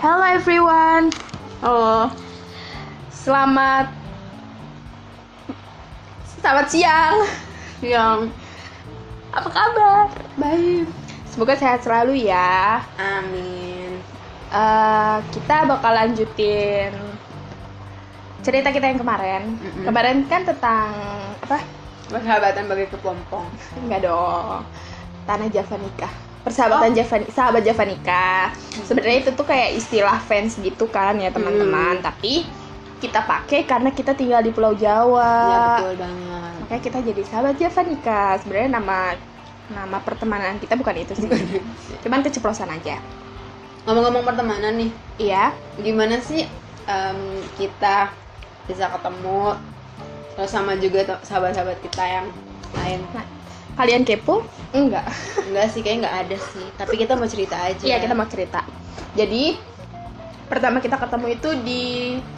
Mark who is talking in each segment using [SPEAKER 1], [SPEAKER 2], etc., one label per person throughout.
[SPEAKER 1] Hello everyone. Oh, selamat
[SPEAKER 2] Selamat siang. Ya,
[SPEAKER 1] yang
[SPEAKER 2] Apa kabar?
[SPEAKER 1] baik.
[SPEAKER 2] Semoga sehat selalu ya.
[SPEAKER 1] Amin.
[SPEAKER 2] Eh, kita bakal lanjutin cerita kita yang kemarin.
[SPEAKER 1] Mm-mm.
[SPEAKER 2] Kemarin kan tentang apa?
[SPEAKER 1] Persahabatan bagi kepompong.
[SPEAKER 2] Enggak dong. Tanah Java nikah. Persahabatan
[SPEAKER 1] Oh.
[SPEAKER 2] Java sahabat Java nikah. Sebenarnya itu tuh kayak istilah fans gitu kan ya teman-teman,
[SPEAKER 1] Hmm.
[SPEAKER 2] tapi kita pakai karena kita tinggal di Pulau Jawa.
[SPEAKER 1] Iya betul banget.
[SPEAKER 2] makanya kita jadi sahabat Java nikah sebenarnya nama nama pertemanan kita bukan itu sih cuman keceplosan aja
[SPEAKER 1] Ngomong-ngomong pertemanan nih,
[SPEAKER 2] iya
[SPEAKER 1] gimana sih em, kita bisa ketemu terus sama juga to- sahabat-sahabat kita yang lain
[SPEAKER 2] nah, kalian kepo enggak
[SPEAKER 1] enggak sih kayaknya nggak ada sih tapi kita mau cerita aja
[SPEAKER 2] iya kita mau cerita jadi pertama kita ketemu itu di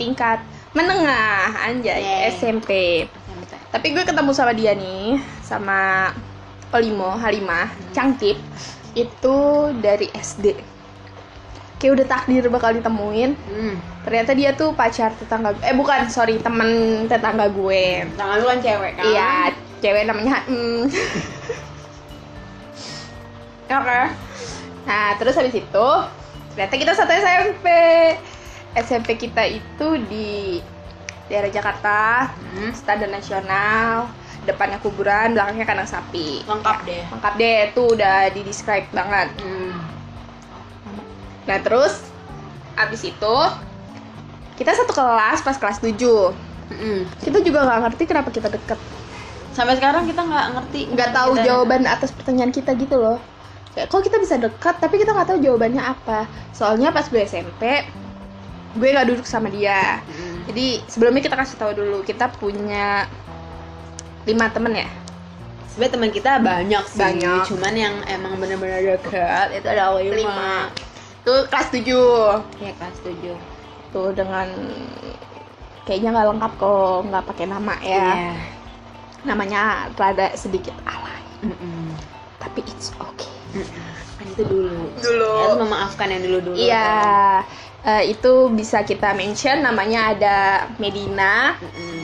[SPEAKER 2] tingkat menengah anjay
[SPEAKER 1] Yeay.
[SPEAKER 2] SMP tapi gue ketemu sama dia nih sama Olimo Halimah Cangtip itu dari SD kayak udah takdir bakal ditemuin
[SPEAKER 1] hmm.
[SPEAKER 2] ternyata dia tuh pacar tetangga eh bukan sorry temen tetangga gue
[SPEAKER 1] tangan lu kan cewek kan
[SPEAKER 2] iya cewek namanya mm.
[SPEAKER 1] Ya, oke
[SPEAKER 2] nah terus habis itu ternyata kita satu SMP SMP kita itu di daerah Jakarta
[SPEAKER 1] Hmm.
[SPEAKER 2] standar nasional depannya kuburan belakangnya kandang sapi
[SPEAKER 1] lengkap deh
[SPEAKER 2] lengkap deh itu udah di describe banget
[SPEAKER 1] hmm.
[SPEAKER 2] Nah terus abis itu kita satu kelas pas kelas 7
[SPEAKER 1] Mm-mm.
[SPEAKER 2] kita juga nggak ngerti kenapa kita deket
[SPEAKER 1] Hmm. sampai sekarang kita nggak ngerti
[SPEAKER 2] nggak tahu
[SPEAKER 1] Kita-
[SPEAKER 2] jawaban atas pertanyaan kita gitu loh kayak kok kita bisa dekat tapi kita nggak tahu jawabannya apa soalnya pas gue SMP gue nggak duduk sama dia
[SPEAKER 1] Mm-mm.
[SPEAKER 2] jadi sebelumnya kita kasih tahu dulu kita punya lima temen ya
[SPEAKER 1] sebenarnya teman kita banyak sih
[SPEAKER 2] Banyak.
[SPEAKER 1] cuman yang emang bener-bener dekat itu ada lima,
[SPEAKER 2] lima tuh kelas 7
[SPEAKER 1] ya kelas tujuh
[SPEAKER 2] tuh dengan kayaknya nggak lengkap kalau nggak pakai nama ya
[SPEAKER 1] Iya.
[SPEAKER 2] namanya rada sedikit alay
[SPEAKER 1] Mm-mm.
[SPEAKER 2] tapi it's okay
[SPEAKER 1] kan itu dulu Ya, harus
[SPEAKER 2] dulu
[SPEAKER 1] memaafkan yang kan? dulu dulu
[SPEAKER 2] iya eh, itu bisa kita mention namanya ada Medina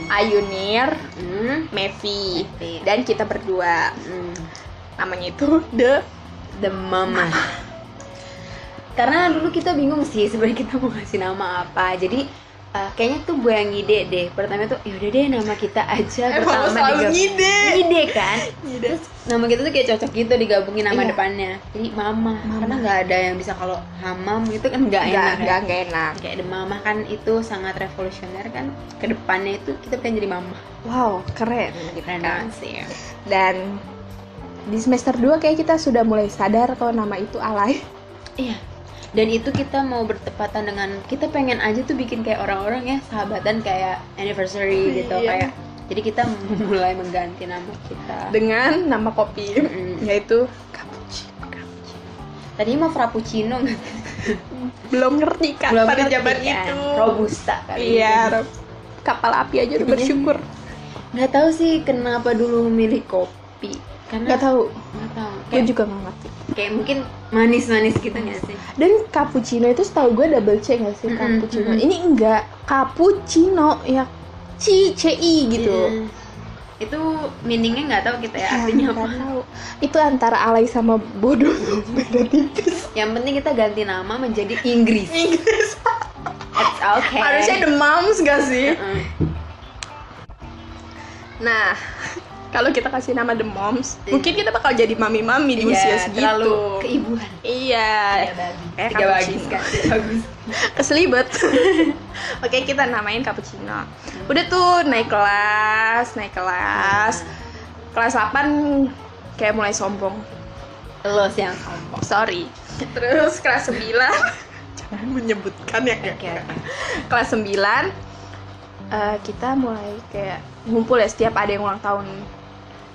[SPEAKER 2] Ayunir Mevi
[SPEAKER 1] Mevi.
[SPEAKER 2] dan kita berdua namanya itu The
[SPEAKER 1] the mama karena dulu kita bingung sih sebenarnya kita mau ngasih nama apa jadi eh, kayaknya tuh gue yang ngide deh pertama tuh yaudah deh nama kita aja Eh, pertama digab-
[SPEAKER 2] ngide
[SPEAKER 1] ngide kan
[SPEAKER 2] Eh, Ngide.
[SPEAKER 1] terus nama kita tuh kayak cocok gitu digabungin nama
[SPEAKER 2] Iya.
[SPEAKER 1] depannya jadi mama, karena nggak ada yang bisa kalau hamam itu kan nggak
[SPEAKER 2] nggak
[SPEAKER 1] enak
[SPEAKER 2] nggak
[SPEAKER 1] kan.
[SPEAKER 2] nggak enak
[SPEAKER 1] kayak the mama kan itu sangat revolusioner kan kedepannya itu kita pengen jadi mama
[SPEAKER 2] wow keren gitu
[SPEAKER 1] keren
[SPEAKER 2] kan
[SPEAKER 1] banget sih ya.
[SPEAKER 2] dan di semester 2 kayak kita sudah mulai sadar kalau nama itu alay
[SPEAKER 1] Iya. Dan itu kita mau bertepatan dengan kita pengen aja tuh bikin kayak orang-orang ya sahabatan kayak anniversary gitu
[SPEAKER 2] Iya.
[SPEAKER 1] kayak. Jadi kita mulai mengganti nama kita.
[SPEAKER 2] dengan nama kopi
[SPEAKER 1] Mm-mm.
[SPEAKER 2] yaitu
[SPEAKER 1] Tadinya mau frappuccino nggak?
[SPEAKER 2] belum ngerti kan
[SPEAKER 1] Belum
[SPEAKER 2] pada
[SPEAKER 1] ngerti
[SPEAKER 2] zaman
[SPEAKER 1] kan.
[SPEAKER 2] itu
[SPEAKER 1] Robusta kali.
[SPEAKER 2] iya Rob. kapal api aja udah bersyukur
[SPEAKER 1] Nggak tahu sih kenapa dulu milih kopi. Karena
[SPEAKER 2] nggak tahu
[SPEAKER 1] nggak tahu.
[SPEAKER 2] gue
[SPEAKER 1] Kayak,
[SPEAKER 2] juga nggak ngerti
[SPEAKER 1] kayak mungkin manis-manis gitu nggak sih?
[SPEAKER 2] dan cappuccino itu setahu gue double C nggak sih
[SPEAKER 1] Mm-mm,
[SPEAKER 2] cappuccino
[SPEAKER 1] mm-mm.
[SPEAKER 2] ini enggak cappuccino ya C C I gitu
[SPEAKER 1] Iya. Itu meaningnya nggak tahu kita ya
[SPEAKER 2] Ya,
[SPEAKER 1] artinya
[SPEAKER 2] nggak
[SPEAKER 1] apa.
[SPEAKER 2] tahu. itu antara alay sama bodoh beda tipis
[SPEAKER 1] Yang penting kita ganti nama menjadi Inggris.
[SPEAKER 2] Inggris
[SPEAKER 1] It's okay. Hmm.
[SPEAKER 2] harusnya the moms nggak sih
[SPEAKER 1] Mm-mm.
[SPEAKER 2] nah kalau kita kasih nama the moms
[SPEAKER 1] Iya.
[SPEAKER 2] mungkin kita bakal jadi mami-mami di
[SPEAKER 1] Iya,
[SPEAKER 2] usia segitu
[SPEAKER 1] terlalu keibuhan
[SPEAKER 2] iya
[SPEAKER 1] eh,
[SPEAKER 2] Eh,
[SPEAKER 1] tiga bagus
[SPEAKER 2] cappuccino.
[SPEAKER 1] kan tiga bagus
[SPEAKER 2] keselibet oke kita namain cappuccino udah tuh naik kelas naik kelas
[SPEAKER 1] Iya.
[SPEAKER 2] kelas 8 kayak mulai sombong
[SPEAKER 1] lo sih yang sombong
[SPEAKER 2] sorry terus kelas 9 jangan menyebutkan ya
[SPEAKER 1] oke oke
[SPEAKER 2] kelas 9 eh, kita mulai kayak ngumpul ya setiap ada yang ulang tahun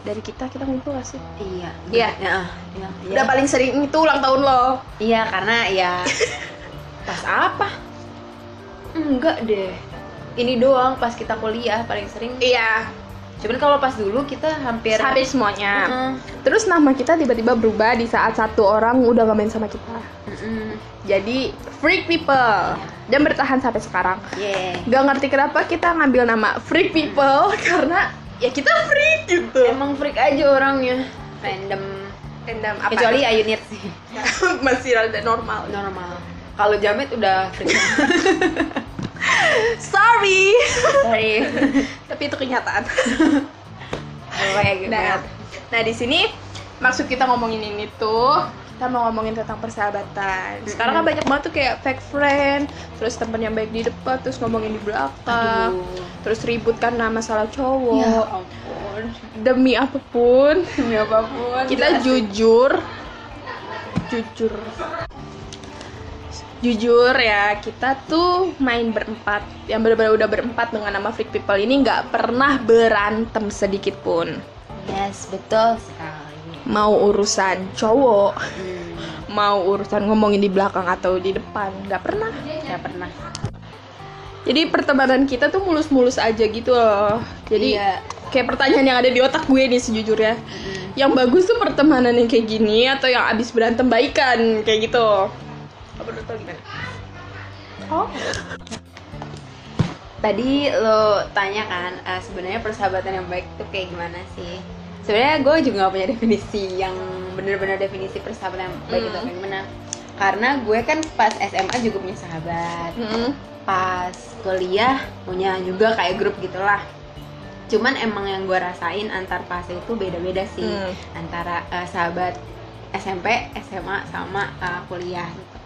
[SPEAKER 2] dari kita kita ngumpul gak sih
[SPEAKER 1] iya
[SPEAKER 2] Iya.
[SPEAKER 1] iya iya
[SPEAKER 2] udah paling sering itu ulang tahun lo
[SPEAKER 1] iya karena ya pas apa enggak deh ini doang pas kita kuliah paling sering
[SPEAKER 2] iya
[SPEAKER 1] cuman kalau pas dulu kita hampir
[SPEAKER 2] Hampir semuanya.
[SPEAKER 1] Heeh.
[SPEAKER 2] Terus nama kita tiba-tiba berubah di saat satu orang udah gak main sama kita.
[SPEAKER 1] Mm-mm.
[SPEAKER 2] Jadi freak people dan bertahan sampai sekarang.
[SPEAKER 1] Yeah.
[SPEAKER 2] Gak ngerti kenapa kita ngambil nama freak people karena ya kita freak gitu.
[SPEAKER 1] emang freak aja orangnya random
[SPEAKER 2] Endam
[SPEAKER 1] kecuali Ayunit sih
[SPEAKER 2] masih rada normal.
[SPEAKER 1] normal kalau Jamet udah freak
[SPEAKER 2] Sorry,
[SPEAKER 1] sorry
[SPEAKER 2] tapi itu kenyataan.
[SPEAKER 1] kayak gitu
[SPEAKER 2] Nah, nah di sini maksud kita ngomongin ini tuh kita mau ngomongin tentang persahabatan. Sekarang kan
[SPEAKER 1] Mm-mm.
[SPEAKER 2] banyak banget tuh kayak fake friend, terus temen yang baik di depan, terus ngomongin di belakang,
[SPEAKER 1] Aduh.
[SPEAKER 2] terus ribut karena masalah cowok.
[SPEAKER 1] Uh, ya ampun
[SPEAKER 2] Demi apapun,
[SPEAKER 1] ya apapun
[SPEAKER 2] kita jujur jujur jujur ya kita tuh main berempat yang benar-benar udah berempat dengan nama Freak People ini nggak pernah berantem sedikit pun
[SPEAKER 1] yes betul sekali
[SPEAKER 2] mau urusan cowok
[SPEAKER 1] hmm.
[SPEAKER 2] mau urusan ngomongin di belakang atau di depan nggak pernah
[SPEAKER 1] nggak pernah
[SPEAKER 2] jadi pertemanan kita tuh mulus-mulus aja gitu loh jadi
[SPEAKER 1] Iya.
[SPEAKER 2] kayak pertanyaan yang ada di otak gue nih sejujurnya yang bagus tuh pertemanan yang kayak gini atau yang abis berantem baikan kayak gitu menurut lo gimana?
[SPEAKER 1] oh tadi lo tanya kan eh, sebenarnya persahabatan yang baik tuh kayak gimana sih sebenarnya gue juga gak punya definisi yang bener-bener definisi persahabatan yang baik itu
[SPEAKER 2] Hmm.
[SPEAKER 1] kayak gimana karena gue kan pas SMA juga punya sahabat pas kuliah punya juga kayak grup gitulah cuman emang yang gue rasain antar fase itu beda-beda sih
[SPEAKER 2] Hmm.
[SPEAKER 1] antara eh, sahabat SMP SMA sama eh, kuliah gitu.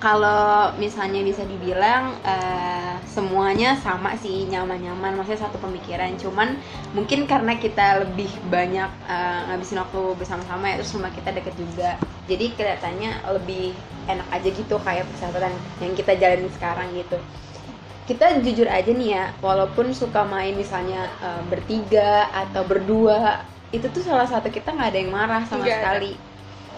[SPEAKER 1] kalau misalnya bisa dibilang eh, semuanya sama sih nyaman-nyaman maksudnya satu pemikiran cuman mungkin karena kita lebih banyak eh, ngabisin waktu bersama-sama ya terus rumah kita deket juga jadi kelihatannya lebih enak aja gitu kayak persahabatan yang kita jalanin sekarang gitu kita jujur aja nih ya walaupun suka main misalnya eh, bertiga atau berdua itu tuh salah satu kita nggak ada yang marah sama
[SPEAKER 2] Nggak ada.
[SPEAKER 1] sekali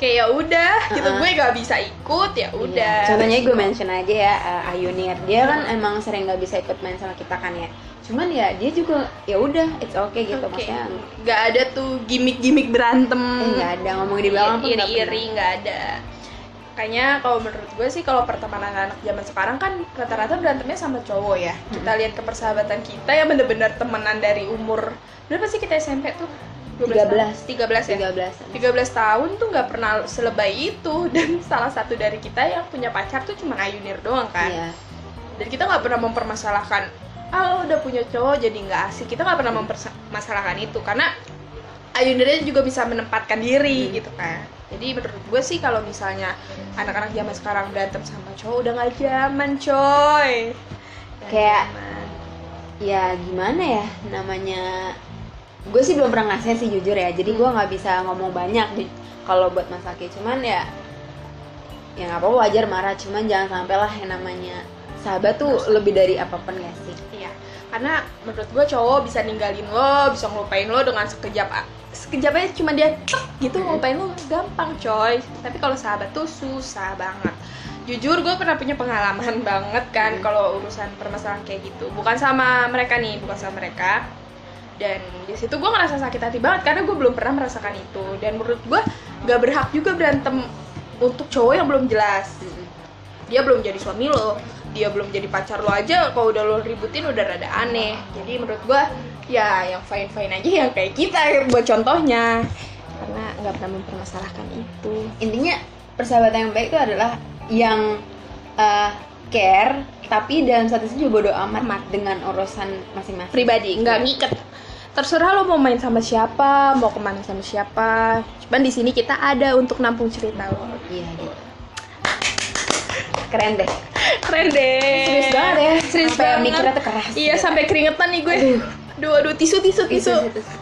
[SPEAKER 2] kayak ya udah gitu
[SPEAKER 1] Uh-uh.
[SPEAKER 2] gue gak bisa ikut ya udah
[SPEAKER 1] Iya. Contohnya gue mention aja ya eh, Ayunir. Dia kan emang sering nggak bisa ikut main sama kita kan ya. Cuman ya dia juga ya udah it's okay gitu
[SPEAKER 2] Oke.
[SPEAKER 1] maksudnya.
[SPEAKER 2] gak ada tuh gimmick-gimmick berantem
[SPEAKER 1] Eh, nggak ada ngomongin di belakang pun nggak
[SPEAKER 2] Iya, iri-iri gitu nggak ada Kayaknya kalau menurut gue sih kalau pertemanan anak zaman sekarang kan rata-rata berantemnya sama cowok ya. Kita lihat ke persahabatan kita yang bener-bener temenan dari umur berapa sih kita SMP tuh?
[SPEAKER 1] 13.
[SPEAKER 2] 13 ya.
[SPEAKER 1] pernah.
[SPEAKER 2] 13
[SPEAKER 1] 13.
[SPEAKER 2] tahun tuh nggak pernah selebay itu dan salah satu dari kita yang punya pacar tuh cuma Ayunir doang kan
[SPEAKER 1] Iya.
[SPEAKER 2] dan kita nggak pernah mempermasalahkan ah lo udah punya cowok jadi nggak asik kita nggak
[SPEAKER 1] Hmm.
[SPEAKER 2] pernah mempermasalahkan itu karena Ayunirnya juga bisa menempatkan diri
[SPEAKER 1] Hmm.
[SPEAKER 2] gitu kan jadi menurut gue sih kalau misalnya anak-anak zaman sekarang berantem sama cowok udah nggak zaman coy Nggak
[SPEAKER 1] Kayak-
[SPEAKER 2] zaman.
[SPEAKER 1] ya gimana ya namanya gue sih belum pernah ngasih sih jujur ya jadi gue nggak bisa ngomong banyak di- kalau buat Mas Aki cuman ya ya nggak apa-apa wajar marah cuman jangan sampai lah yang namanya sahabat tuh lebih dari apapun gak sih
[SPEAKER 2] Iya, karena menurut gue cowok bisa ninggalin lo, bisa ngelupain lo dengan sekejap a- sekejap aja cuma dia cek gitu
[SPEAKER 1] Mm.
[SPEAKER 2] ngelupain lo gampang coy. Tapi kalau sahabat tuh susah banget. Jujur gue pernah punya pengalaman banget kan
[SPEAKER 1] Mm.
[SPEAKER 2] kalau urusan permasalahan kayak gitu. Bukan sama mereka nih, bukan sama mereka. Dan di situ gue ngerasa sakit hati banget karena gue belum pernah merasakan itu. Dan menurut gue gak berhak juga berantem untuk cowok yang belum jelas dia belum jadi suami lo dia belum jadi pacar lo aja kalau udah lo ributin udah rada aneh jadi menurut gua ya yang fine fine aja yang kayak kita buat contohnya karena nggak pernah mempermasalahkan itu
[SPEAKER 1] intinya persahabatan yang baik itu adalah yang eh, care tapi dalam satu sisi juga bodo amat,
[SPEAKER 2] Amat.
[SPEAKER 1] dengan urusan masing-masing
[SPEAKER 2] pribadi nggak ngiket terserah lo mau main sama siapa mau kemana sama siapa cuman di sini kita ada untuk nampung cerita lo
[SPEAKER 1] iya gitu keren deh
[SPEAKER 2] keren deh
[SPEAKER 1] serius banget ya
[SPEAKER 2] serius
[SPEAKER 1] sampai
[SPEAKER 2] banget
[SPEAKER 1] mikirnya tuh keras
[SPEAKER 2] iya sampai keringetan nih gue Aduh, aduh tisu tisu tisu
[SPEAKER 1] itu